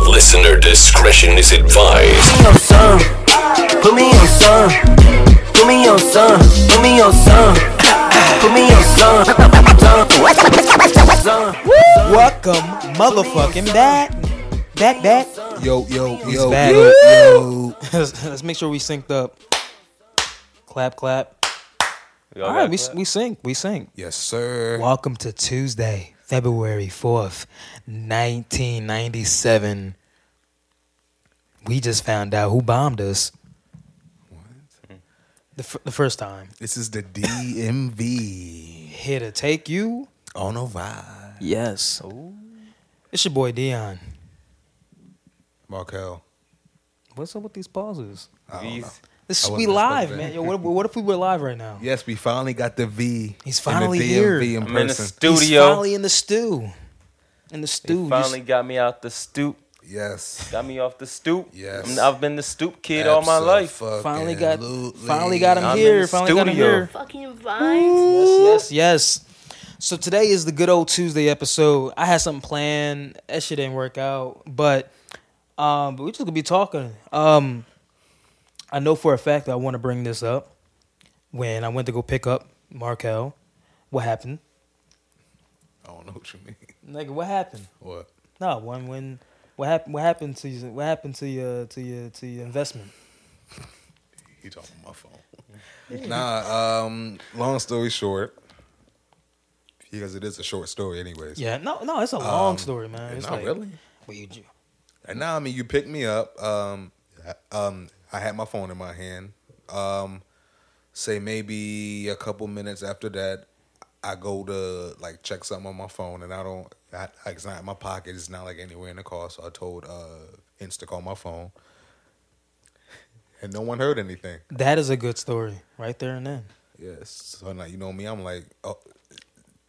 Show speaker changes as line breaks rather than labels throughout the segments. Listener discretion is advised.
Put me on some. Put me on some. Put me on some. Put me on some. Put me on some. Some.
Welcome, motherfucking back, back, back.
Yo, yo, yo,
back.
yo, yo.
let's, let's make sure we synced up. Clap, clap. All right, we we sync, we sync.
Yes, sir.
Welcome to Tuesday, February fourth, nineteen ninety seven. We just found out who bombed us. The, f- the first time
This is the DMV.
here to take you.
On a vibe.
Yes. It's your boy Dion.
Markel.
What's up with these pauses?
I don't know.
This
I
we
wasn't
live,
expecting
man.
that.
Yo, what, if- what if we were live right now?
Yes, we finally got the V.
He's
and the
finally
DMV
here.
in
I'm in the
person.
He's
studio.
finally in the stew. In the
They
stew.
finally got me out the stoop.
yes.
Got me off the stoop.
Yes.
I'm- I've been the stoop kid all my life.
You finally got finally got him
I'm in
here.
the
Finally got him
studio.
here.
fucking vibes.
Yes, yes, yes. So today is the good old Tuesday episode. I had something planned. That shit didn't work out. But um but we just gonna be talking. Um I know for a fact that I wanna bring this up. When I went to go pick up Markel, what happened?
I don't know what you mean.
Nigga, what happened?
What?
No, when when what happened? What happened to you? What happened to your to your to your investment?
He talking on my phone. nah, um, long story short, because it is a short story anyways.
Yeah, no, no, it's a long story, man. It's
Not
like,
really.
What you do?
And now, I mean, you picked me up. Um, I- um, I had my phone in my hand. Um, say maybe a couple minutes after that, I go to like check something on my phone, and I don't. I, I- it's not in my pocket. It's not like anywhere in the car. So I told uh, Insta call my phone, and no one heard anything.
That is a good story, right there and then.
Yes. So now you know me. I'm like, oh,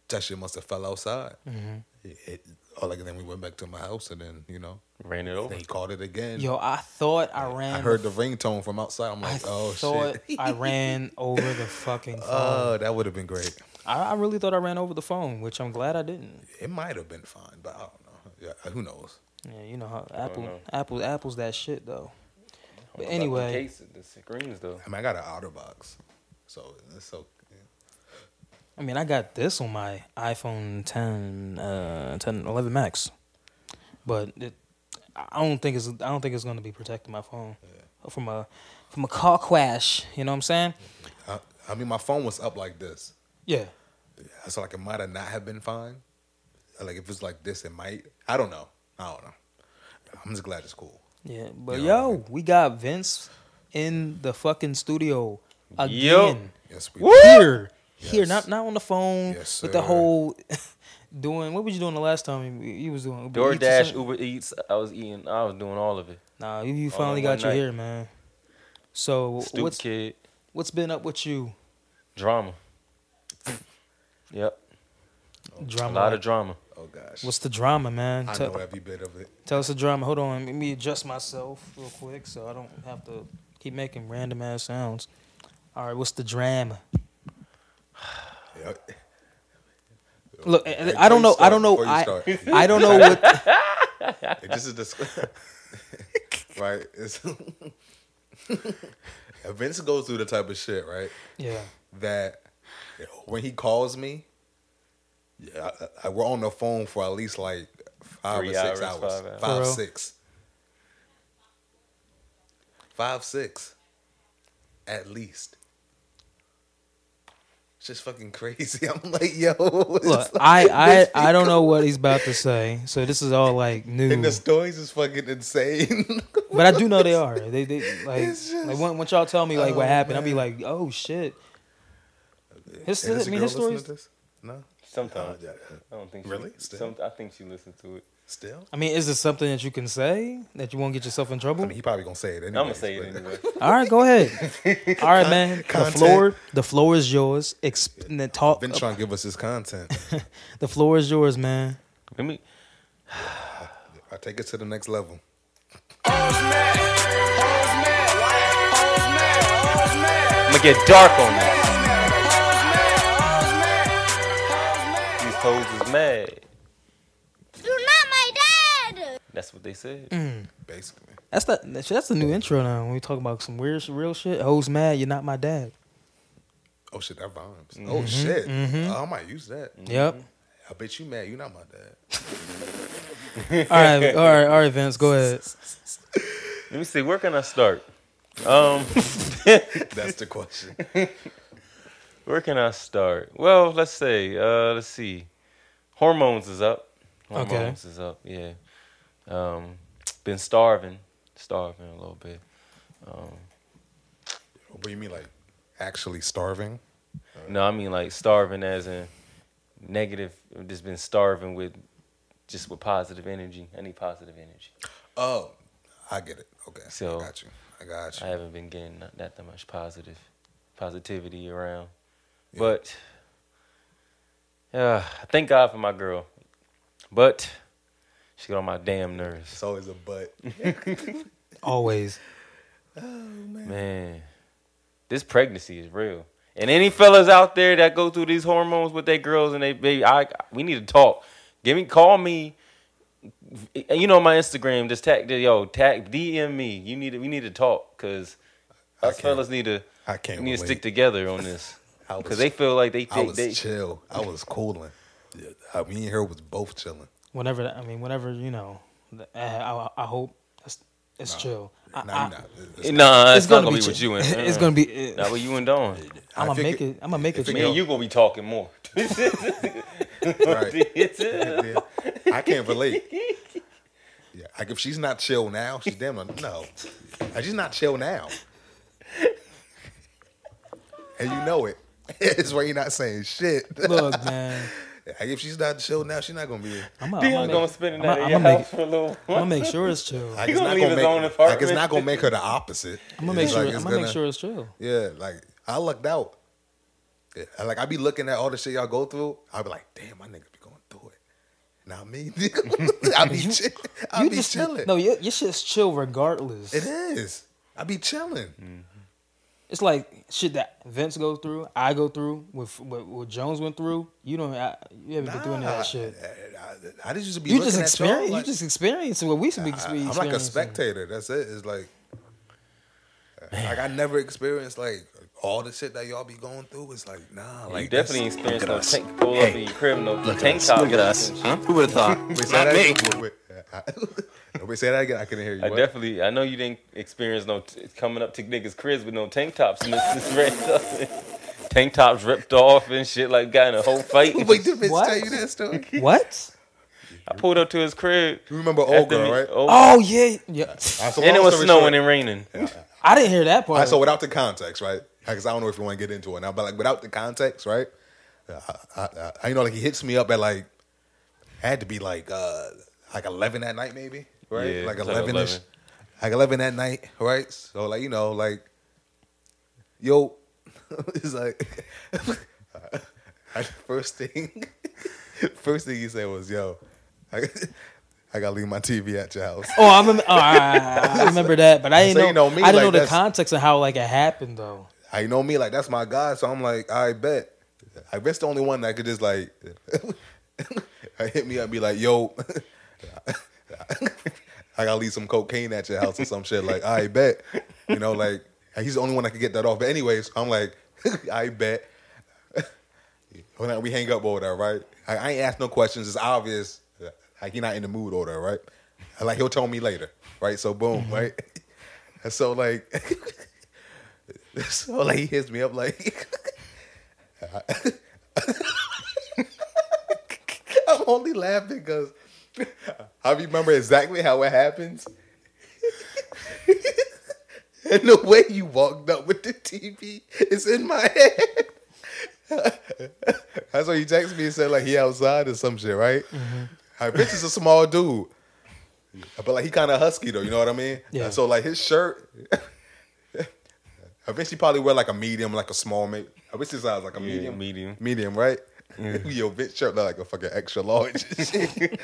that shit must have fell outside.
Mm-hmm.
It, it, or like then we went back to my house, and then you know
Ran it over.
they called it again.
Yo, I thought I ran.
I heard the ringtone from outside. I'm
I
like, oh
thought um,
shit.
I ran over the fucking phone.
Oh, that would have been great.
I, I really thought I ran over the phone, which I'm glad I didn't.
It might have been fine, but I don't know. Yeah, uh, who knows?
Yeah, you know how Apple,
know.
Apple, Apple's that shit though. But
About the
anyway,
case of the screens though.
I mean, I got an outer box, so so
I mean, I got this on my iPhone 10, uh, 10, 11 Max, but it, I don't think it's I don't think it's going to be protecting my phone from a from a car crash. You know what I'm saying?
I, I mean, my phone was up like this,
Yeah.
so like it might have not have been fine. Like if it's like this, it might. I don't know. I don't know. I'm just glad it's cool.
Yeah, but
Yeah.
yo, we got Vince in the fucking studio again.
Yes, we.
Here, here,
Yes.
not not on the phone
Yes,
with the
sir.
whole doing. What was you doing the last time you, you was doing? Uber Eats or
DoorDash,
something?
Uber Eats. I was eating. I was doing all of it.
Nah, you, you
All
finally
in one
got you
night.
here, man. So
Stoop
what's
kid.
what's been up with you?
Drama. yep. A
Drama.
lot of drama.
Oh gosh.
What's the drama, man?
I
Tell-
know every bit of it.
Tell us the drama. Hold on, let me adjust myself real quick so I don't have to keep making random ass sounds. All right, what's the drama?
Yeah.
Look, I-
Hey,
I don't know.
before
I
you
don't know.
start-
I
before you
I don't know what.
It just is disc- right. It's Vince goes through the type of shit, right?
Yeah.
That you know, when he calls me, yeah, I, I, we're on the phone for at least like five
Three
or six
hours,
hours,
five hours.
For
five
real?
six, five six, at least. It's just fucking crazy. I'm like, yo,
Look,
it's like-
I I I don't know what he's about to say. So this is all like new.
and the stories is fucking insane.
But I do know they are. They they like
It's just-
like once, once y'all tell me like
Oh,
what happened, I'll be
man.
like, oh shit. His,
Hey, does
I
the
mean,
girl
his
listen
stories.
to this? No.
Sometimes.
Uh, yeah,
I don't think. She,
Really? Still?
Some, I think she listened to it.
Still?
I mean, is this something that you can say that you won't get yourself in trouble?
I mean, he probably gonna say it anyway.
I'm gonna say it anyway.
All right, go ahead. All right, man. The
content.
floor, the floor is yours. Exp- and then talk.
Been trying to give us his content.
The floor is yours, man.
Let me.
I take it to the next level.
I'm gonna get dark on that. These hoes is mad.
You're not my dad.
That's what they said.
basically.
That's the that shit, that's the new intro now. When we talk about some weird, sh- real shit, hoes mad, you're not my dad.
Oh shit, that rhymes.
Mm-hmm,
Oh shit, I might use that.
Yep.
I bet you mad. You not my dad.
all right, all right, all right, Vince, go ahead.
Let me see. Where can I start? Um,
That's the question.
where can I start? Well, let's say, uh, let's see. Hormones is up.
Okay.
Hormones is up. Yeah. Um, been starving, starving a little bit. Um,
What Oh, you mean, like actually starving?
No, I mean like starving as in negative. I've Just been starving with just with positive energy. I need positive energy.
Oh, I get it. Okay,
So-
I got you. I got you.
I haven't been getting that, that much positive positivity around,
Yeah.
but uh, thank God for my girl. But she got on my damn nerves,
it's always a but.
Always.
man. This pregnancy is real. And any fellas out there that go through these hormones with their girls and they baby, I we need to talk. Give me, call me. And You know my Instagram. Just tag, yo, tag, DM me. You need, to- we need to talk because
I
us
can't-
fellas need to,
I can't
we need to
relate.
stick together on this
I was-
because they feel like they,
I
they,
was
they
chill. I was cooling. Yeah, I mean, her was both chilling.
Whenever that- I mean, whenever you know, th- I, I, I hope it's, it's chill. I,
Nah,
I-
you not. It's- it's-
nah, it's, not gonna, be,
chill.
with you and
it's gonna be.
not with you and Dawn.
I'm
I
gonna make
think
it. I'm gonna make it.
it
Me and
chill.
you gonna be talking more.
Right. Yeah. I can't relate. Yeah, like if she's not chill now, she's damn like, no. Like, she's not chill now, and you know it. That's why you're not saying shit.
Look, man.
Like if she's not chill now, she's not gonna be. Here.
I'm gonna,
Dion
I'm
gonna
gonna,
spend the
I'ma-
night at your
I'ma make
house for a little
I'm gonna
while.
make sure it's chill.
Like
You
it's
gonna
not
leave
gonna
his
make.
own
Like it's not
apartment?
gonna make her the opposite.
I'm gonna make
It's
sure.
like
I'm
it's
gonna make
gonna-
sure it's chill.
Yeah, like I lucked out. Yeah, I- like I be looking at all the shit y'all go through. I be like, damn, my nigga be going through it. Not me. nigga. I be chill. I
You
be
just
chilling.
no. Your, your shit's chill regardless.
It is. I be chilling.
It's like shit that Vince go through, I go through, with what, what Jones went through. You don't, I, you haven't been through any of
Nah,
that shit.
I, I, I just be
You
looking
just
at
experience,
y'all
you
like-
just experiencing what we should be experiencing.
I'm like a spectator. That's it. It's like, like I never experienced like all the shit that y'all be going through. It's like, nah, like
you definitely experienced
Look
no
at us.
tank pull up in
Hey,
your crib, no
Look at
tank
us.
top.
Look at us.
and shit.
Huh? Who would have thought?
Wait, say
Not
that
me.
again. Wait, wait. I- wait, say that again. I couldn't hear you.
I
What?
definitely, I know you didn't experience no t- coming up to niggas' cribs with no tank tops and this, this red stuff. tank tops ripped off and shit like got in a whole fight.
Wait, did Vince
What?
tell you that story?
What?
I pulled up to his crib.
You remember
after
old girl,
me-
right?
Oh,
Oh yeah, yeah.
Alright, so
and it
long
was
story
snowing
short-
and raining.
I didn't hear that part.
Alright, so without the context, right? Because I don't know if you want to get into it now, but like without the context, right? I, I, I, you know, like he hits me up at like had to be like uh like eleven that night, maybe, right?
Yeah,
like
it's like
eleven ish,
11.
like eleven that night, right? So like you know, like yo, it's like I- first thing, first thing he said was yo, I, I gotta leave my TV at your house.
oh, I remember. Oh, I, I- I remember that, but I didn't
So
know.
you know me,
I didn't
like,
know the
that's-
context of how like it happened though.
I know me, like that's my guy. So I'm like, I bet. I bet's the only one that could just like hit me up, and be like, yo, I gotta leave some cocaine at your house or some shit. Like, I bet. You know, like he's the only one that could get that off. But anyways, I'm like, I bet. When I- we hang up or whatever, right? I, I ain't ask no questions. It's obvious. Like he not in the mood or whatever, right? Like he'll tell me later, right? So boom, right? And so like so like he hits me up like I'm only laughing because I remember exactly how it happens. and the way you walked up with the TV is in my head. That's why he texted me and said like he outside or some shit, right? I bitch is a small dude. But like he kind of husky though, you know what I mean?
Yeah.
So like his shirt, I bet she probably wear like a medium, like a small, maybe. I wish his size like a
Yeah,
medium,
medium.
medium, right? Yo, bitch shirt look like a fucking extra large. and shit.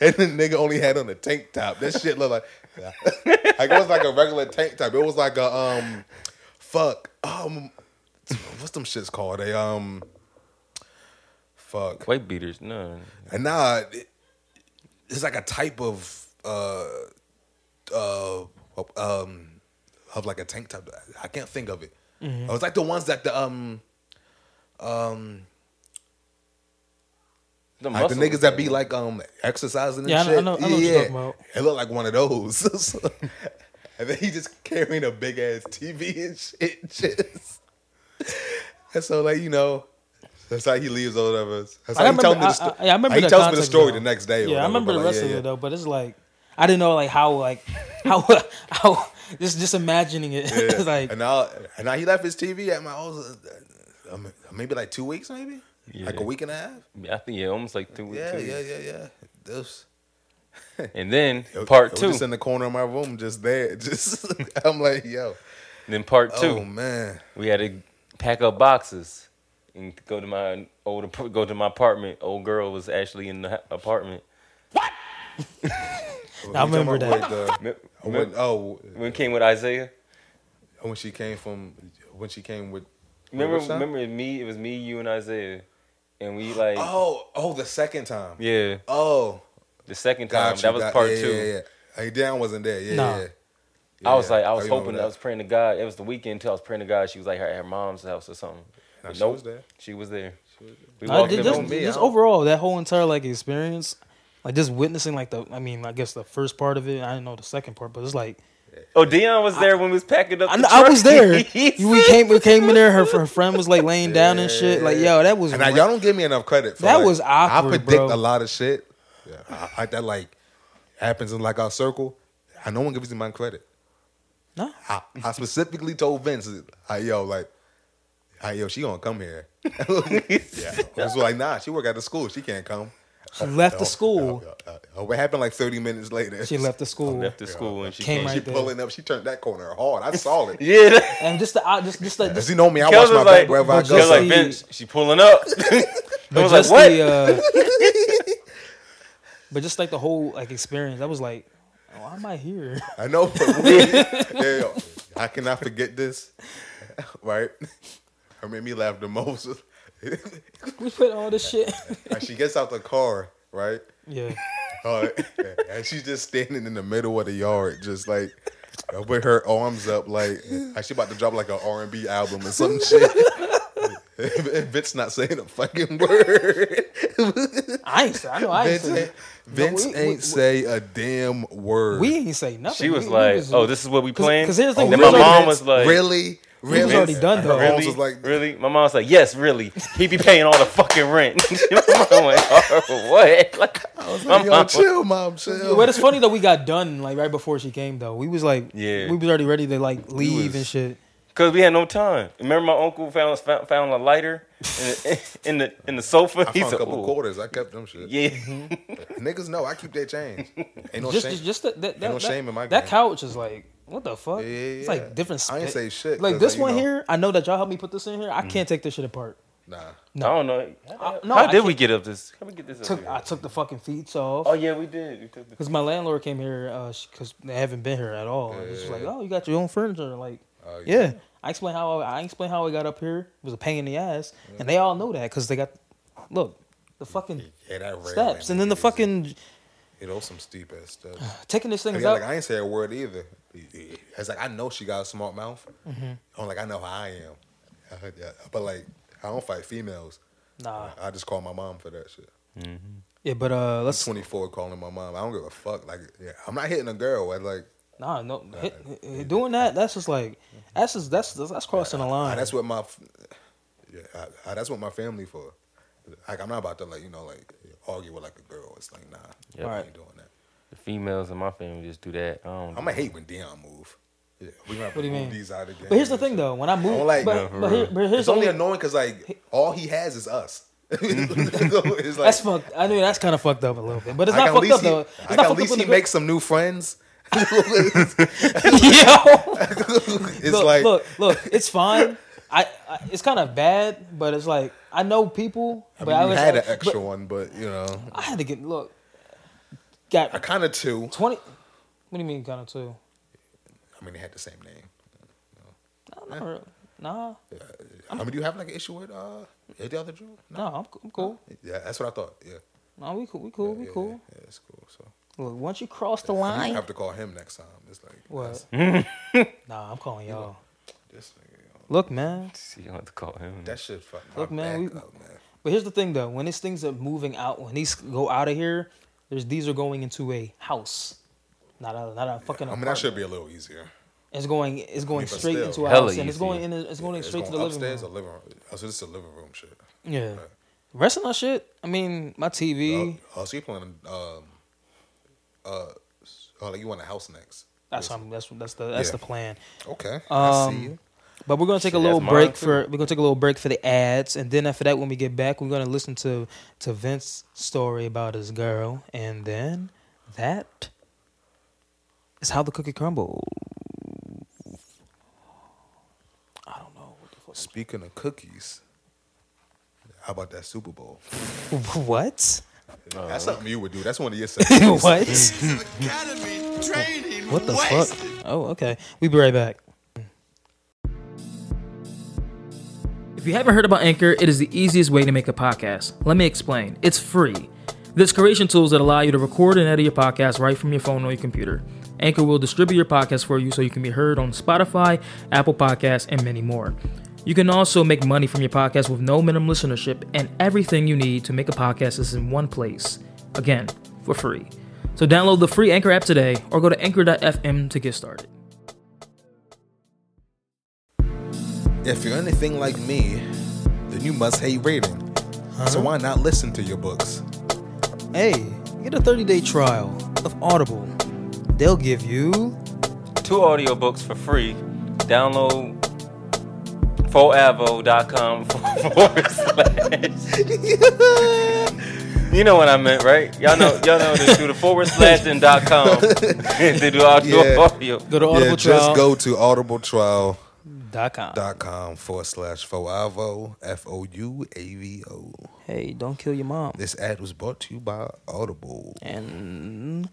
And the nigga only had on a tank top. That shit looked like like it was like a regular tank top. It was like a um, fuck um, what's them shits called? A um, fuck.
White beaters, no.
And nah, it, it's like a type of uh uh um of like a tank top. I can't think of it. It was like the ones that the um
The,
like the
muscle-
niggas that be like um exercising and
Yeah, I know-
shit.
I know- I know what you're talking about.
It looked like one of those. and then he just carrying a big ass TV and shit. Just. and so like you know, that's how he leaves all of us. That's how
I
he tells me the
I-
story.
I- yeah, I remember
he
the
tells me the
context,
story
though.
the next day.
Yeah,
or
I
whatever,
remember
but,
the
like,
rest
yeah,
of
yeah.
it though, but it's like I didn't know like how like how how just just imagining it.
Yeah.
it's like
and now and now he left his TV at my house. uh, um, Maybe like two weeks, maybe like a week and a half.
Yeah, I think yeah, almost like two.
Yeah,
two.
yeah, yeah, yeah. This.
And then
it-
part
it was
two.
just in the corner of my room, just there. Just I'm like, yo,
then part two.
oh man,
we had to pack up boxes and go to my old ap- go to my apartment. Old girl was actually in the ha- apartment.
I remember that.
Me-
when,
me-
oh,
When it came with Isaiah,
when she came from, when she came with.
remember?
which time?
Remember it me? It was me, you, and Isaiah, and we like
Oh, oh, the second time.
yeah.
Oh,
The second time
got you,
that was
got-
part
yeah,
two.
Yeah, yeah. Hey, Dan wasn't there. Yeah,
Nah.
yeah.
I was
Yeah.
like, I
Oh,
was
you remember
hoping, I was praying to God. It was the weekend too. I was praying to God. She was like at her mom's house or something.
Nah,
But
she
nope,
was there.
She was there. We
I
walked
did-
in
just,
on me.
just
I don't-
overall that whole entire like experience, like just witnessing like the I mean I guess the first part of it. I didn't know the second part, but it's like
Oh, Dion was there when we was packing up.
I,
the
I was
truck.
there. You- we came we came in there. Her, her friend was like laying down and shit. Like yo, that was
And now y'all don't give me enough credit. For
That
like,
was awkward,
I predict
bro.
a lot of shit. I, I, that like happens in like our circle. I no one gives me my credit.
No.
I, I specifically told Vince, I yo, like, I yo, she gonna come here. yeah. Vince was like, nah, she work at the school. She can't come.
She left the school.
Uh, uh, what happened like 30 minutes later?
She left the school.
Left the school and she
Came
came.
right-
She pulling up. She turned that corner hard. I saw it.
Yeah.
And just the I- just just like
Does
just,
he know me? I
Kels
watch my back
was like,
wherever I
but
go.
Kels
just
like,
the-
Vince, she pulling up. I was like,
just
what?
the, uh, but just like the whole like experience. I was like, oh, why am I here?
I know. But really, yeah, yo, I cannot forget this. Right? Her made me laugh the most.
we put all this shit.
and she gets out the car, right?
yeah.
Uh, and she's just standing in the middle of the yard, just like uh, with her arms up, like like she about to drop like an R and B album or some shit. And Vince not saying a fucking word.
I ain't say. I know I ain't
Vince,
say.
ain't- Vince
we- we-
ain't say a damn word.
We ain't say nothing.
She was
We- we
like, "Oh, this is what we playing."
Because here's the thing.
then
we
my
was already-
mom was like,
really, really,
was already done, though.
Her arms
Really,
was like,
really. My mom was like, "Yes, really." He be paying all the fucking rent. My mom went, "Oh, what? Like, my
Yo,
mom-
chill, mom, chill.
But it's funny that we got done like right before she came though. We was like,
Yeah.
we was already ready to like leave
was-
and shit.
Cause we had no time. Remember, my uncle found found, found a lighter in the in the, in the sofa.
I
He
found a
said,
couple
"Ooh,
quarters. I kept them shit.
Yeah,
Mm-hmm.
Niggas know I keep their change. Ain't no
Just,
shame.
just, just that that, that,
no
that,
shame in my
that
game.
couch is like, what the fuck?
Yeah, yeah,
It's
yeah.
like different.
I ain't
spe-
say shit,
Like
'cause,
this
like, you
one
know. Mm.
here, I know that y'all helped me put this in here. I can't take this shit apart.
nah.
I don't know. How,
Uh, no,
how
I
did we get up this? How we get this up?
Took
here?
I took the fucking feet off.
oh yeah, we did. We took the,
Because my landlord came here because they haven't been here at all. And it's just like, oh, you got your own furniture. Like,
Oh,
yeah. I explained how I, I explained how I got up here. It was a pain in the ass,
Mm.
and they all know that because they got look the fucking
Yeah, that railing
steps, and then the
is-
fucking
It was some steep ass stuff.
taking this thing
Yeah, like
out.
I ain't say a word either. It's like I know she got a smart mouth.
Mm-hmm.
I'm like I know how I am, Yeah, but like I don't fight females.
Nah,
I just call my mom for that shit.
yeah, but uh, let's
24 calling my mom. I don't give a fuck. Like yeah, I'm not hitting a girl. I like
nah, no, hit, hit- doing that. That's just like that's just that's that's, that's crossing the
ah,
line.
Mm-hmm. that's what my yeah, ah, ah, that's what my family for. Like I'm not about to like you know like argue with like a girl. It's like nah,
Yep.
I
Alright.
ain't doing that.
the females in my family just do that. I don't.
I'm gonna hate when Dion move. Yeah, we gonna have
What do
to
you
move
mean?
these out again.
but here's the thing though, when I
I
moved,
don't like
but, but, here, but here's
it's
the
only
only-
annoying because like all he has is us. it's like,
that's fucked. I mean, that's kind of fucked up a little bit, but it's
like,
not
at
fucked
least
up
he-
though. It's not
like,
fucked
at
up
least
in
he
the good-
makes some new friends. it's
Yo. look,
like
look, look, it's fine. I, I it's kind of bad, but it's like I know people,
I
but
mean,
I,
you
was
had
like-
an extra
but
one, but you know,
I had to get look.
I
Got
kind of two.
twenty. What do you mean, kind of two?
I mean, they had the same name.
No, not really. Nah,
I mean, do you have like an issue with uh the other Jew?
no, I'm, I'm cool.
Yeah, that's what I thought. Yeah,
No, we cool. We cool. We
yeah,
cool.
Yeah, it's cool. So
Look, once you cross the
I
line,
have to call him next time. It's like
what? nah, I'm calling y'all.
This nigga,
Look, man.
See, you don't have to call him.
that shit fucked my
Look, man,
back
we-
up, man.
But here's the thing, though. When these things are moving out, when these go out of here, there's these are going into a house, not a not a fucking.
I mean, that should be a little easier.
It's going. It's going
mean, but
straight
still.
into a
Hella
house, and it's
easy.
going in. It's going
It's
straight
going
to the
upstairs
living room.
or living room. Oh, so this is a living room shit.
Yeah. Rest of my shit. I mean, my TV.
Oh, oh, so you planning? Um, uh, oh, like you want a house next?
that's how I'm- that's that's the that's
Yeah.
the plan.
Okay, I see
Um,
you.
But we're gonna take a
Shit,
little
that's mine,
break
too.
for we're gonna take a little break for the ads, and then after that, when we get back, we're gonna listen to to Vince's story about his girl, and then that is how the cookie crumbles. I don't know what the
Speaking of cookies, how about that Super Bowl?
fuck. What? Uh-huh.
That's something you would do. That's one of your secrets.
what?
Academy training.
What the fuck? Oh, okay. We'll be right back. If you haven't heard about Anchor, it is the easiest way to make a podcast. Let me explain. It's free. There's creation tools that allow you to record and edit your podcast right from your phone or your computer. Anchor will distribute your podcast for you so you can be heard on Spotify, Apple Podcasts, and many more. You can also make money from your podcast with no minimum listenership, and everything you need to make a podcast is in one place. Again, for free. So download the free Anchor app today or go to anchor.fm to get started.
If you're anything like me, then you must hate reading.
Uh-huh.
So why not listen to your books?
Hey, get a 30 day trial of Audible. They'll give you.
Two audiobooks for free. Download forevo.com forward slash. You know what I meant, right? Y'all know, y'all know to do the forward slash and dot com to do audio.
Yeah.
audio.
Go to
yeah, just go to audibletrial.com
audibletrial.com.
forward slash foavo, F O U A V O.
Hey, don't kill your mom.
This ad was brought to you by Audible.
And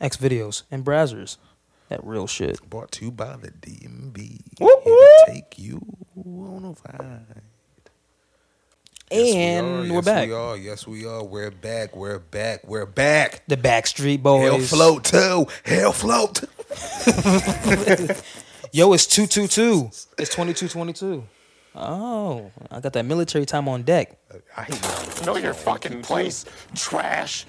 X videos and browsers. That real shit.
Brought to you by the DMV.
Whoop,
Here
whoop.
to take you on a ride. Yes, we
And
are.
we are
Yes,
back.
We are. Yes, we are. We're back. We're back. We're back.
The Backstreet Boys.
Hell float too. Hell float.
Yo, it's 222. It's 2222. Oh, I got that military time on deck.
I hate y'all.
Know your fucking place, trash.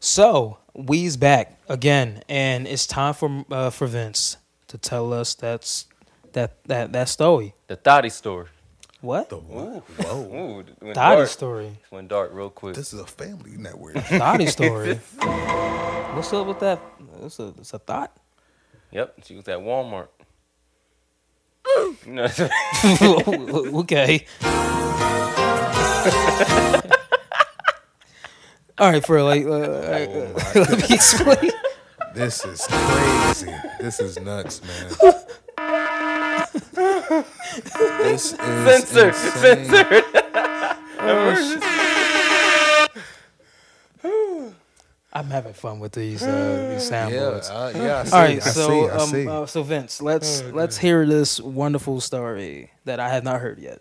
So we's back again, and it's time for uh, for Vince to tell us that's that that that story.
The thotty story.
What
The what? Whoa.
Ooh, it went
Dottie
dark.
story?
Went dark real quick.
This is a family network.
Dottie story. What's up with that? It's a it's a thought.
Yep, she was at Walmart. You know,
okay. All right, for like, uh,
oh my
let me explain.
This is crazy. this is nuts, man. this is
Censored.
insane.
Censored.
I'm having fun with these uh, these
Yeah,
soundboards.
uh, yeah. I see,
All right,
I
so
see, I
um,
see.
Uh, so Vince, let's let's hear this wonderful story that I have not heard yet.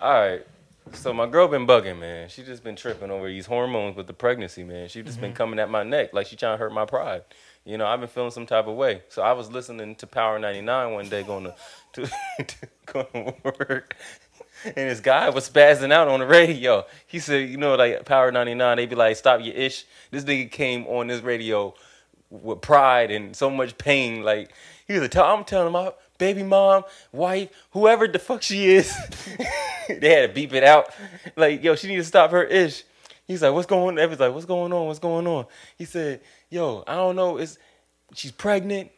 All right. So my girl been bugging, man. She just been tripping over these hormones with the pregnancy, man. She just been coming at my neck like she trying to hurt my pride. You know, I've been feeling some type of way. So I was listening to Power 99 one day going to, to, to going to work. And this guy was spazzing out on the radio. He said, you know, like Power 99, they be like, stop your ish. This nigga came on this radio with pride and so much pain. Like he was like, "Tell- I'm telling my baby mom, wife, whoever the fuck she is, they had to beep it out. Like, yo, she need to stop her ish. He's like, what's going on? Everybody's like, what's going on? What's going on? He said, yo, I don't know. It's she's pregnant.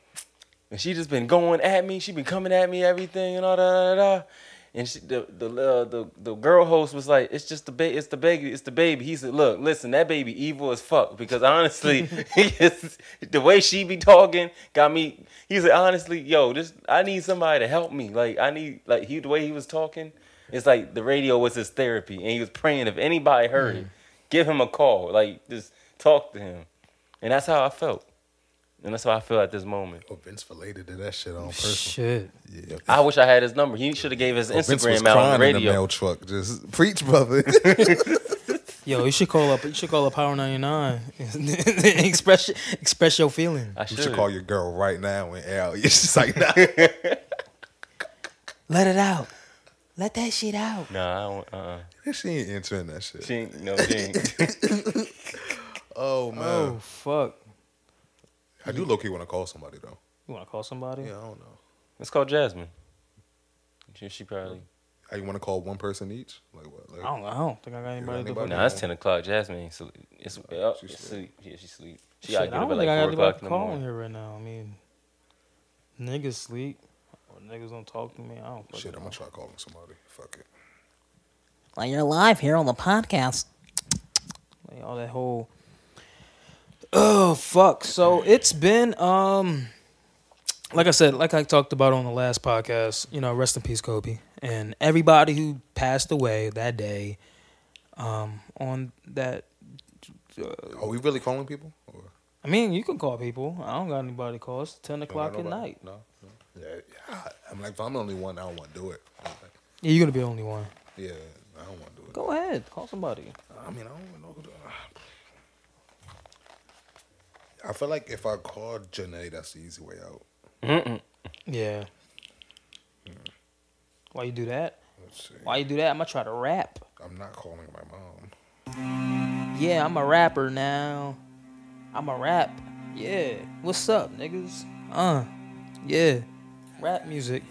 And she just been going at me. She been coming at me, everything and all da da da. da. And she, the the, uh, the the girl host was like, "It's just the ba- it's the baby, it's the baby." He said, "Look, listen, that baby evil as fuck because honestly, it's- the way she be talking got me." He said, "Honestly, yo, this I need somebody to help me. Like I need like he the way he was talking, it's like the radio was his therapy, and he was praying if anybody heard it, give him a call, like just talk to him." And that's how I felt, and that's how I feel at this moment.
uh,
oh, Vince related to that shit on purpose.
Shit.
Yeah.
I wish I had his number. He should have gave his
Vince was
Instagram out on
crying
the
in the
radio.
mail truck. Just preach, brother.
Yo, you should call up. You should call up Power ninety nine. express express your feeling.
I
You
should.
should call your girl right now and L. It's just like nah.
Let it out. Let that shit out.
Nah, I don't. Uh-uh.
she ain't entering that shit.
She ain't, no, she ain't.
oh man,
Oh fuck.
I do low key want to call somebody though.
You want to call somebody?
Yeah, I don't know.
Let's call Jasmine. She, she probably.
How you want to call one person each? Like what? Like,
I don't. know. I don't think I got anybody. to
anybody?
fucking-
Nah, it's ten o'clock. Jasmine, ain't sleep. It's, oh,
she
she's
sleep.
sleep. Yeah, she sleep. She
Shit, I
gotta get
don't
up at
think
like
I got
four
anybody to
o'clock in the
call
morning.
here right now. I mean, niggas sleep. Or niggas don't talk to me. I don't.
shit,
fucking
I'm
know.
gonna try calling somebody. Fuck it.
Like you're live here on the podcast.
Like all that whole Oh fuck. So it's been um like I said, like I talked about on the last podcast, you know, rest in peace, Kobe. And everybody who passed away that day, um, on that
Are we really calling people? Or
I mean, you can call people. I don't got anybody to call. It's ten
You don't
o'clock
know
at
nobody?
night.
No. no. Yeah, yeah. I'm like, if I'm the only one, I don't want to do it. Like,
Yeah, you're gonna be the only one.
yeah, I don't want to do it.
Go ahead, call somebody.
I mean, I don't know. Who to, ah. I feel like if I call Janae, that's the easy way out.
Mm-mm.
Yeah. Hmm. Why you do that?
Let's see.
Why you do that? I'm gonna try to rap.
I'm not calling my mom.
Yeah, I'm a rapper now. I'm a rap. Yeah. What's up, niggas? Uh. Yeah. Rap music.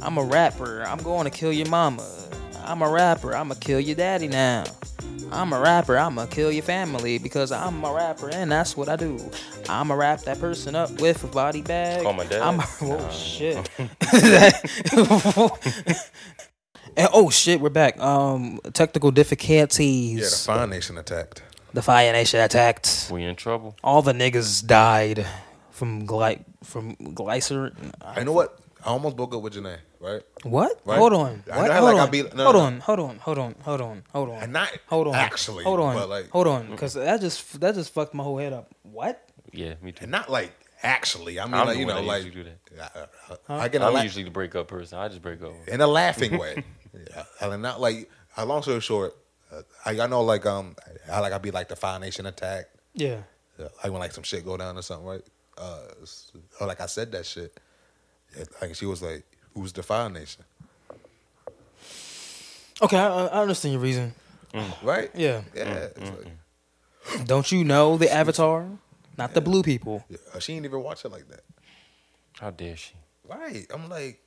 I'm a rapper. I'm going to kill your mama. I'm a rapper. I'm going to kill your daddy now. I'm a rapper. I'm going to kill your family because I'm a rapper and that's what I do. I'm going to wrap that person up with a body bag.
Call my dad.
I'm a, oh, shit. That- and, oh, shit. We're back. Um, Technical difficulties.
Yeah, the Fire Nation attacked.
The Fire Nation attacked.
We in trouble.
All the niggas died from gly- from glycerin.
I know what. I almost broke up with Janae, right?
What?
Right.
Hold on.
I
What?
know how,
Hold,
like, I
on.
be- no,
hold
no.
on. Hold on. Hold on. Hold on. Hold on.
And not
Hold on.
actually,
Hold on.
but, like- mm.
hold on. Because that just that just fucked my whole head up. What?
Yeah, me too.
And not like actually. I mean,
I'm
like,
the
you
one
know,
that
like
usually do
I, I, I get a
I'm
la-
usually the break up person. I just break up.
in a laughing way. yeah, and not like. I long story short, uh, I, I know like um, I like I be like the Fire Nation attack.
Yeah.
Yeah, like when like some shit go down or something, right? Uh, s- or like I said that shit. Yeah, like she was like, "Who's the Fire Nation?"
Okay, I, I understand your reason.
Right?
Yeah.
Yeah. it's
Mm,
like-
Don't you know the Avatar? Not the blue people.
yeah, uh, she ain't even watch it like that.
How dare she?
Right? I'm like,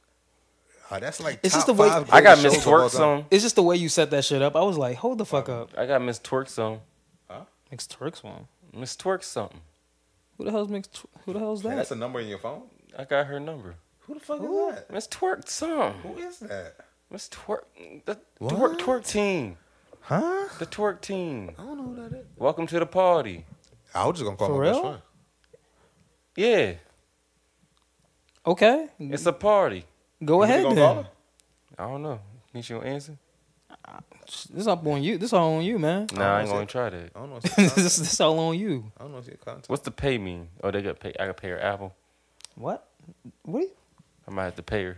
ah, that's like.
It's
top
just the way-
five
I got
greatest
Miss
shows of all
Twerk
time.
song.
It's just the way you set that shit up. I was like, hold the fuck up.
I got Miss Twerk song.
Mix Turks one.
Miss Twerk something.
Who the hell's Mix? Tw- Who the hell's
Man,
that?
that's a number in your phone.
I got her number.
Who the fuck is that?
Miss Twerk something.
Who is that?
Miss Twerk. The twerk, twerk team.
Huh?
The twerk team.
I don't know who that is.
Welcome to the party.
I was just gonna call
For
my best
real?
friend.
Yeah,
Okay,
it's a party.
go
You
ahead.
gonna
then.
call her?
I don't know. Need your answer?
This up on you. This all on you, man.
Nah, I ain't
know,
gonna
see.
try that.
I don't know. If she,
this, this all on you.
I don't know if she contact.
What's the pay mean? Oh, they got pay. I got pay her Apple.
What? What? Do you,
I might have to pay her.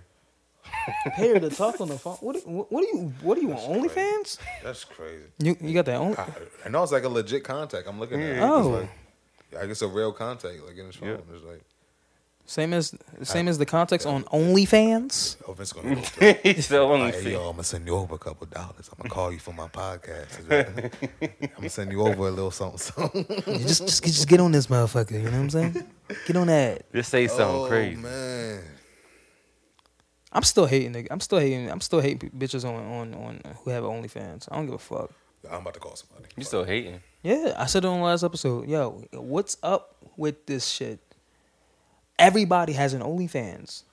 pay her to talk on the phone. What? do- What do you? What do you Ah. want? OnlyFans?
That's crazy.
You you got that only?
I, I know it's like a legit contact. I'm looking at. It.
Oh.
It's like, I guess a real contact, like in his phone. It's like,
Same as same as the context on OnlyFans.
oh, Vince gonna go through.
He's still on the
Hey, yo, I'm gonna send you over a couple dollars. I'm gonna call you for my podcast. I'm gonna send you over a little something. something.
You just just just get on this motherfucker. You know what I'm saying? Get on that.
Just say something crazy.
man.
I'm still hating. nigga. I'm still hating. I'm still hating bitches on on on who have OnlyFans. I don't give a fuck.
I'm about to call somebody.
You still hating?
Yeah, I said it on the last episode. Yo, what's up with this shit? Everybody has an OnlyFans.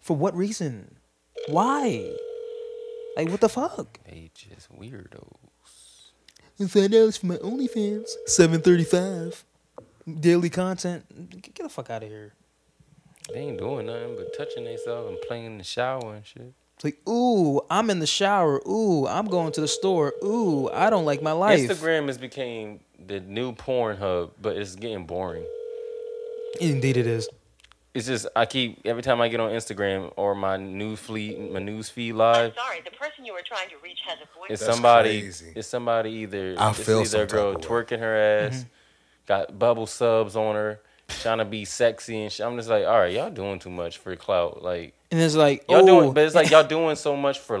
For what reason? Why? Like, what the fuck?
They just weirdos.
And find out it's for my OnlyFans. Seven thirty-five. Daily content. Get the fuck out of here.
They ain't doing nothing but touching themselves and playing in the shower and shit.
It's like, ooh, I'm in the shower. Ooh, I'm going to the store. Ooh, I don't like my life.
Instagram has became the new porn hub, but it's getting boring.
Indeed, it is.
it's just I keep every time I get on Instagram or my news feed, my news feed live,
I'm sorry, the person you were trying to reach has a voice.
it's
That's
somebody,
crazy.
it's somebody either
I
it's
feel
either
some
a girl
type of way.
twerking her
Mm-hmm.
ass, got bubble subs on her, trying to be sexy and shit. I'm just like, all right, y'all doing too much for clout, like.
And it's like,
Y'all
oh,
doing, but it's like y'all doing so much for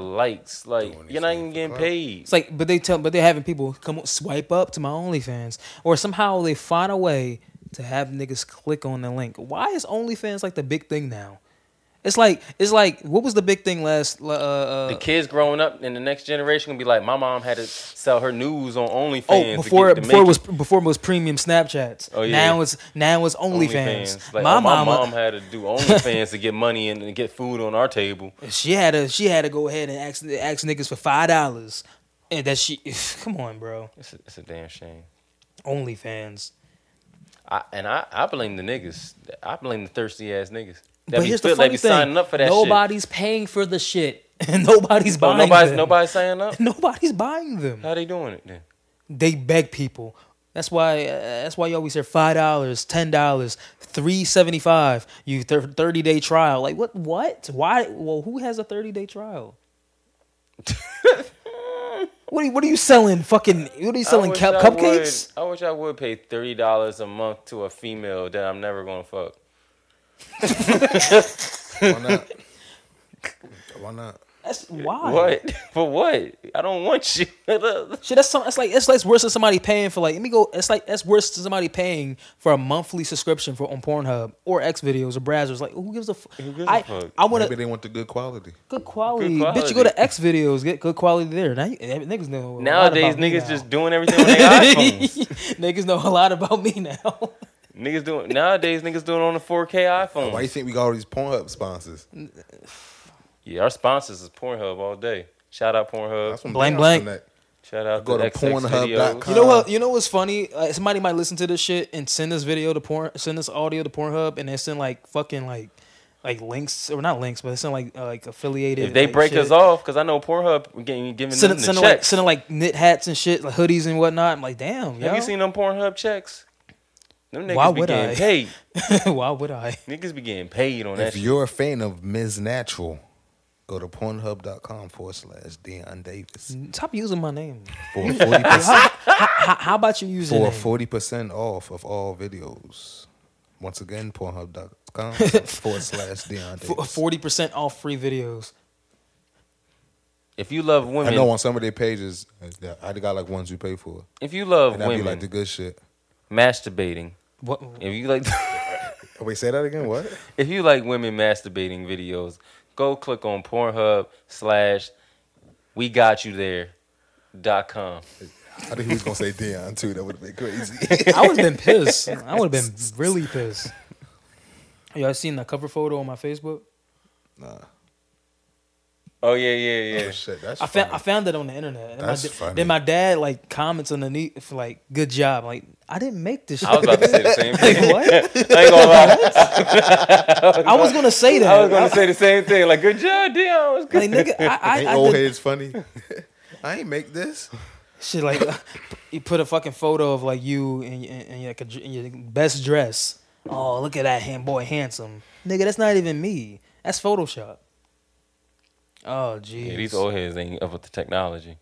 likes. Like
Doing
you're not
this
even
for
getting
clout.
paid.
It's like, but they tell, but they're having people come swipe up to my OnlyFans, or somehow they find a way to have niggas click on the link. Why is OnlyFans like the big thing now? It's like, it's like, what was the big thing last? Uh, uh,
The kids growing up in the next generation gonna be like, my mom had to sell her news on OnlyFans.
oh,
to
before
get, to
before
make
it was before it was premium Snapchats.
Oh, yeah.
Now it's now it's OnlyFans.
Like,
my
oh, my
mama,
mom had to do OnlyFans to get money and, and get food on our table.
she had to she had to go ahead and ask ask niggas for five dollars, and that she come on, bro.
It's a, it's a damn shame.
OnlyFans.
I, and I, I blame the niggas. I blame the thirsty ass niggas. That
But
be
here's the
feel-
funny
that be
thing:
signing up for that
nobody's paying for the shit, and nobody's
shit. So
buying.
nobody's
them.
nobody's signing up.
Nobody's buying them.
How they doing it then?
They beg people. That's why. Uh, that's why you always hear five dollars, ten dollars, three seventy five. You thir- thirty day trial. Like what? What? Why? Well, who has a thirty day trial? what? Are you, what are you selling? Fucking. What are you selling?
I wish
Cup,
I
cupcakes?
Would, I wish I would pay thirty dollars a month to a female that I'm never gonna fuck.
Why not? Why not?
That's why.
What? For what? I don't want you.
Shit, that's some. That's like it's like worse than somebody paying for like. Let me go. It's like that's worse than somebody paying for a monthly subscription for on Pornhub or X videos or Brazzers. Like who gives a? F-
gives a
I
fuck?
I want to
Maybe they want the good quality.
good quality.
Good
Bitch, you go to
quality.
X videos, get good quality there. Now you, niggas know a lot
Nowadays,
about me
niggas
now.
just doing everything on their iPhones.
niggas know a lot about me now.
niggas doing nowadays, niggas doing it on the 4K iPhone.
Why you think we got all these Pornhub sponsors?
Yeah, our sponsors is Pornhub all day. Shout out Pornhub.
That's what I'm
Blank,
down
blank.
from that.
Shout out
Go
to,
to pornhub.com.
Pornhub.
You know what? You know what's funny? Uh, somebody might listen to this shit and send this video to porn, send this audio to Pornhub, and they send like fucking like like links or not links, but they send like uh, like affiliated.
If they
like,
break
shit.
us off, because I know Pornhub getting giving
sending,
them the
sending like
checks.
sending like knit hats and shit, like hoodies and whatnot. I'm like, damn,
Have
yo.
you seen them Pornhub checks? Them niggas
Why
be
would
getting
I?
paid.
Why would I?
Niggas be getting paid on that.
If
shit.
you're a fan of Ms. Natural, go to pornhub.com forward slash Deion Davis
Stop using my name.
for 40%,
How, how about you using
for
name?
40% off of all videos. Once again, pornhub.com forward slash Deion
For
Davis.
uh, forty percent off free videos?
If you love
I
women,
know on some of their pages, I got like ones you pay for.
if you love
And that'd be
women,
like the good shit.
masturbating.
What?
If you like.
Oh, Wait, say that again? What?
If you like women masturbating videos, go click on Pornhub slash We Got You There dot com.
I think he was gonna say Deion too. That would have been crazy.
I would have been pissed. I would have been really pissed. Y'all seen the cover photo on my Facebook?
nah.
Oh yeah, yeah, yeah.
Oh, shit, that's
I found I
funny.
found that on the internet. And
That's
my, da-
funny.
Then my dad like comments underneath for like, "Good job." like, I didn't make this. Shit.
I was about to say the same
like,
thing.
what?
I ain't gonna lie.
I was gonna say that.
I was gonna say the same thing. Like, good job, Dion. It was good.
like, nigga, I, I,
Ain't
I
old
did-
heads funny? I ain't make this.
Shit, like you put a fucking photo of like you in, in, in, your, in your best dress. Oh, look at that hand boy, handsome nigga. That's not even me. That's Photoshop. Oh, jeez.
Yeah, these old heads ain't up with the technology.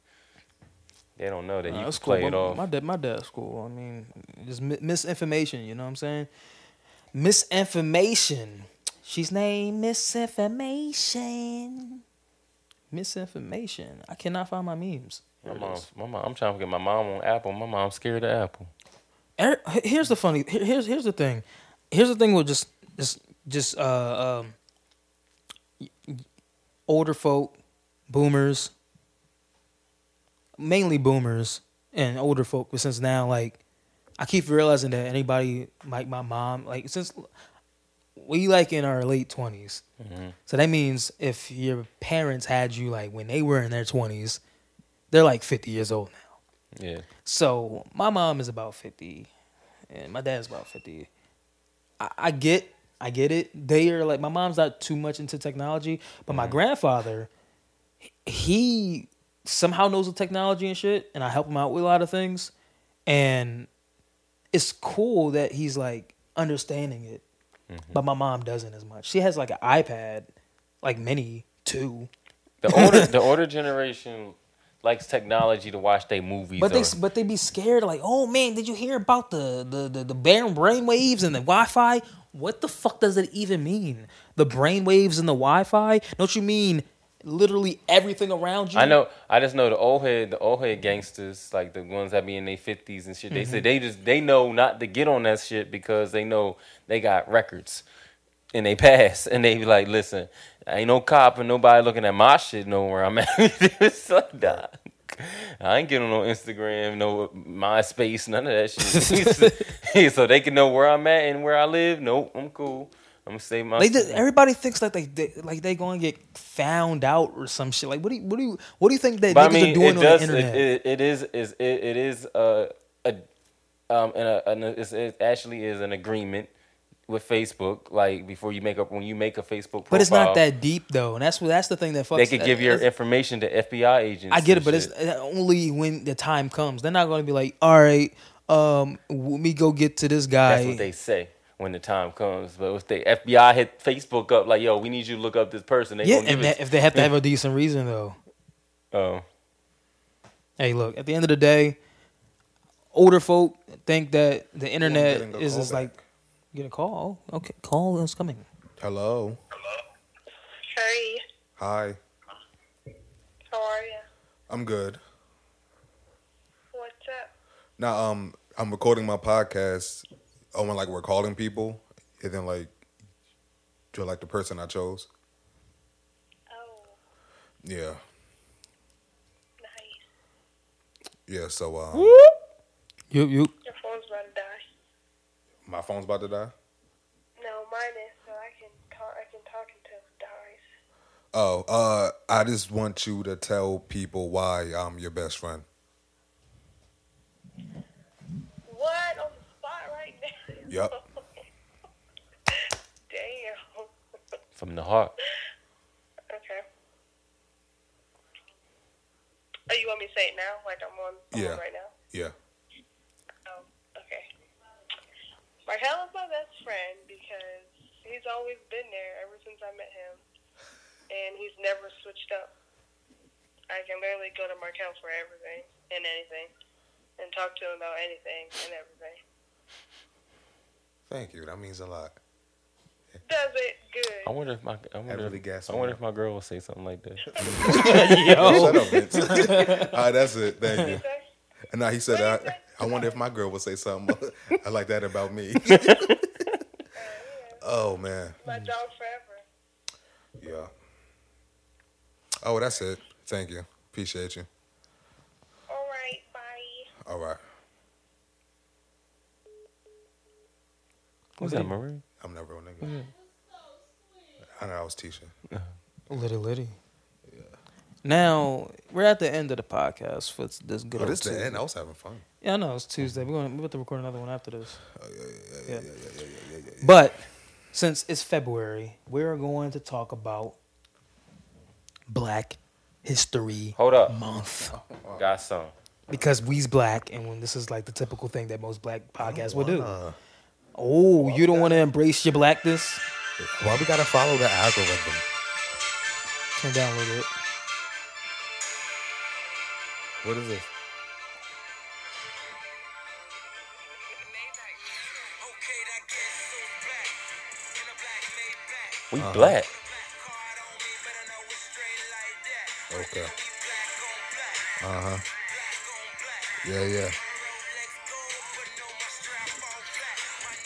They don't know that
Nah,
you
that's
can play
cool.
it
My-
off.
My dad, my dad's cool. I mean, just mi- misinformation. You know what I'm saying? Misinformation. She's named misinformation. Misinformation. I cannot find my memes.
My mom, my mom, I'm trying to get my mom on Apple. My mom's scared of Apple.
Er- here's the funny here- here's here's the thing here's the thing with just just just uh um y- y- older folk boomers mainly boomers and older folk but since now like i keep realizing that anybody like my mom like since we like in our late 20s so that means if your parents had you like when they were in their 20s they're like 50 years old now
Yeah.
so my mom is about fifty, and my dad's about fifty. I, I get, I get it. They are like my mom's not too much into technology, but my grandfather, h- he somehow knows the technology and shit, and I help him out with a lot of things, and it's cool that he's like understanding it but my mom doesn't as much. She has like an iPad, like mini two,
The older the older generation likes technology to watch their movies.
but they
on.
s- but they be scared like, oh man, did you hear about the the the, the brain brainwaves and the Wi-Fi? What the fuck does it even mean? The brainwaves and the Wi-Fi? Don't you mean literally everything around you?
I know. I just know the old head, the old head gangsters, like the ones that be in their fifties and shit. They said they just they know not to get on that shit because they know they got records and they pass and they be like, listen, I ain't no cop and nobody looking at my shit nowhere. I'm at it's like, nah, I ain't getting on no Instagram, no MySpace, none of that shit. so they can know where I'm at and where I live. Nope, I'm cool. I'm gonna save my.
They did, everybody thinks like they, they like they going to get found out or some shit. Like what do you what do you what do you think that
But
niggas
I mean,
are doing
it
on
does.
the
It,
internet?
it, it is. Is it, it is uh, a um and a, an it's, it actually is an agreement with Facebook. Like before you make up when you make a Facebook profile,
but it's not that deep though, and that's what that's the thing that fucks.
they could give your
that's-
information to FBI agents.
I get it,
and
but
shit.
it's uh, only when the time comes. They're not going to be like, all right, um, let me go get to this guy.
that's what they say. When the time comes, but if the FBI hit Facebook up, like yo, we need you to look up this person. They
yeah,
gonna give
and that,
it-
if they have to have a decent reason though.
oh,
Hey, look, at the end of the day, older folk think that the
getting
internet
a
is
call
just like
back.
get a call. Okay, call is coming.
Hello.
Hey,
Hi.
how are you?
I'm good.
What's up?
Now, um, I'm recording my podcast. Oh, when like we're calling people, and then like you're like the person I chose.
Oh,
Yeah.
nice.
Yeah. So, um,
You you
Your phone's about to die.
my phone's about to die.
No, mine is, so I can talk. I can talk until it dies.
Oh, uh, I just want you to tell people why I'm your best friend.
What on the spot right now?
Yep.
Damn.
from the heart.
Okay. Oh, you want me to say it now? Like I'm on I'm on
Yeah.
right now?
Yeah.
Oh, okay. Markel is my best friend because he's always been there ever since I met him, and he's never switched up. I can literally go to Markel for everything and anything, and talk to him about anything and everything.
Thank you. That means a lot.
Does it
I
good?
wonder if my I wonder,
really
if,
gassed
I
me
wonder
up.
if my girl will say something like that.
Shut up, bitch. All right, that's it. Thank you.
Okay.
And now he said, I, I wonder if my girl would say something I like that about me. oh, man.
My dog forever.
Yeah. Oh, that's it. Thank you. Appreciate you.
All right, bye.
All right.
What's that, Marie?
I'm never a nigga. I know I was teaching.
litty litty. Now we're at the end of the podcast for this good.
Oh,
old
this is the
Tuesday.
end. I was having fun.
Yeah, I know it's Tuesday. We're going we're about to record another one after this. Yeah. But since it's February, we're going to talk about Black History
Hold up,
Month
got some.
because we's black, and when this is like the typical thing that most black podcasts will do. Oh, you don't want to embrace your blackness?
Why we gotta follow the algorithm?
Turn down a little bit.
What is this?
We black.
Okay. Uh huh. Yeah, yeah.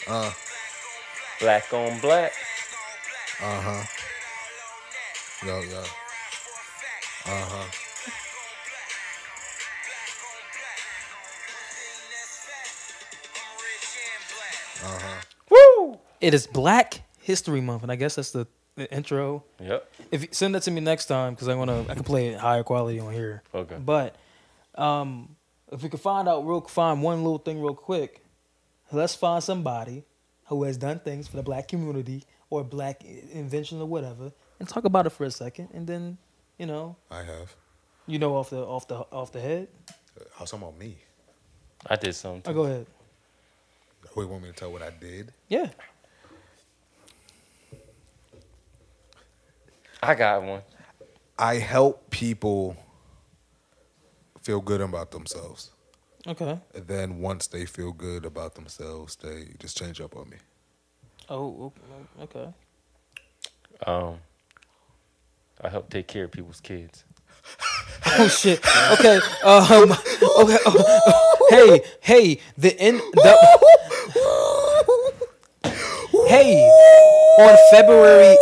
Uh,
Black on black.
uh huh. Yo, yo. Uh huh.
Woo!
It is Black History Month, and I guess that's the, the intro.
Yep.
If you, send that to me next time because I wanna I can play it higher quality on here.
Okay.
But um, if we could find out real find one little thing real quick, let's find somebody who has done things for the black community or black invention or whatever, and talk about it for a second, and then you know
I have.
you know off the off the off the head.
I was talking about me.
I did something.
Oh, go ahead.
Who you want me to tell what I did?
Yeah.
I got one.
I help people feel good about themselves.
Okay.
And then once they feel good about themselves, they just change up on me.
Oh, o- okay.
Um, I help take care of people's kids.
Oh shit. Okay. Um. Okay. oh, hey. Hey. The end. The, hey. On February.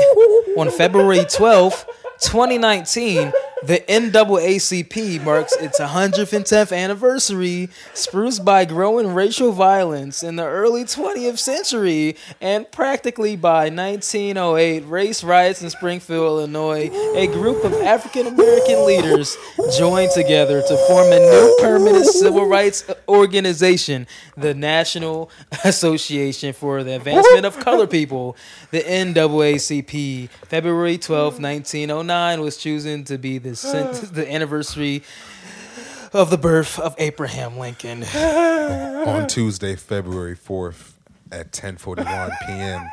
On February twelfth, twenty nineteen. The NAACP marks its 110th anniversary, spruced by growing racial violence in the early 20th century and practically by 1908 race riots in Springfield, Illinois. A group of African American leaders joined together to form a new permanent civil rights organization, the National Association for the Advancement of Colored People, the NAACP. February 12, 1909 was chosen to be the, cent- the anniversary of the birth of Abraham Lincoln.
On Tuesday, February 4th at 10:41 p.m.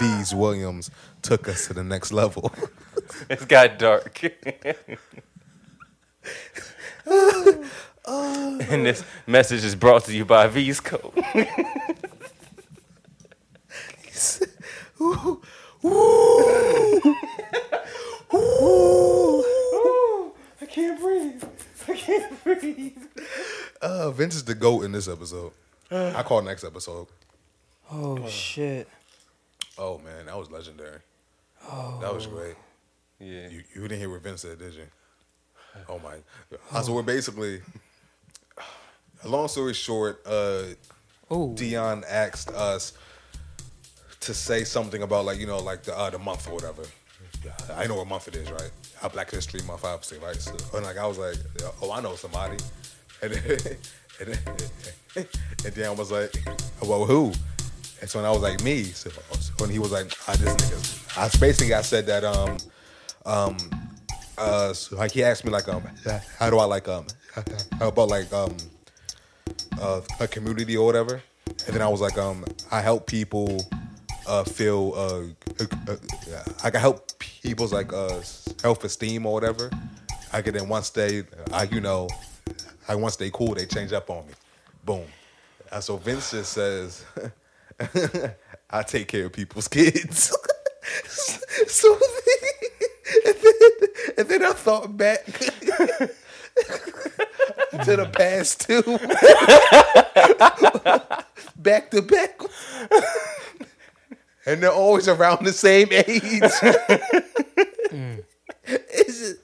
These Williams took us to the next level.
It's got dark. and this message is brought to you by V's Code.
Uh, Vince is the goat in this episode. I call next episode.
Oh, shit.
Oh man, that was legendary. That was great.
Yeah.
You, you didn't hear what Vince said, did you? Oh my! So we're basically. Long story short, uh,
Oh.
Dion asked us to say something about like you know like the uh, the month or whatever. I know what month it is, right? Uh, Black History Month, obviously, right? So, and like I was like, oh, I know somebody, and then, and then, and Dion was like, well, who? And so when I was like, me. So, so and he was like, I this nigga. I basically I said that um um uh so, like he asked me like um how do I like um how about like um uh, a community or whatever. And then I was like, um, I help people uh, feel uh, uh, uh, I can help people's like uh, self esteem or whatever. I can then once they, I you know, I once they cool, they change up on me. Boom. Uh, so Vince just says, I take care of people's kids. so then, and then, and then I thought back to the past too back to back. and they're always around the same age. It's just-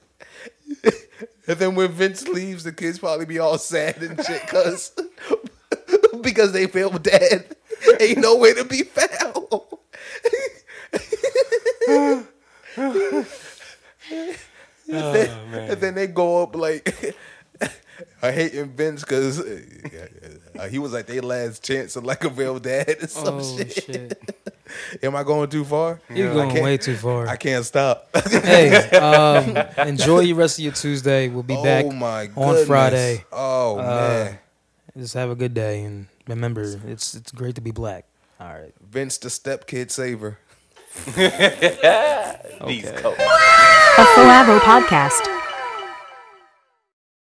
and then when Vince leaves, the kids probably be all sad and shit cause, because they feel dead. Ain't nowhere to be found. and then they go up like I hate Vince because uh, he was like their last chance of like a real dad or some
Oh,
shit.
shit.
Am I going too far?
You're
I
going
can't-
way too far.
I can't stop.
hey, um, enjoy your rest of your Tuesday. We'll be back.
oh my god!
on Friday. Uh,
Oh man,
Just have a good day and remember, it's it's great to be black. All right.
Vince the step kid saver.
V's Code.
A Forever podcast.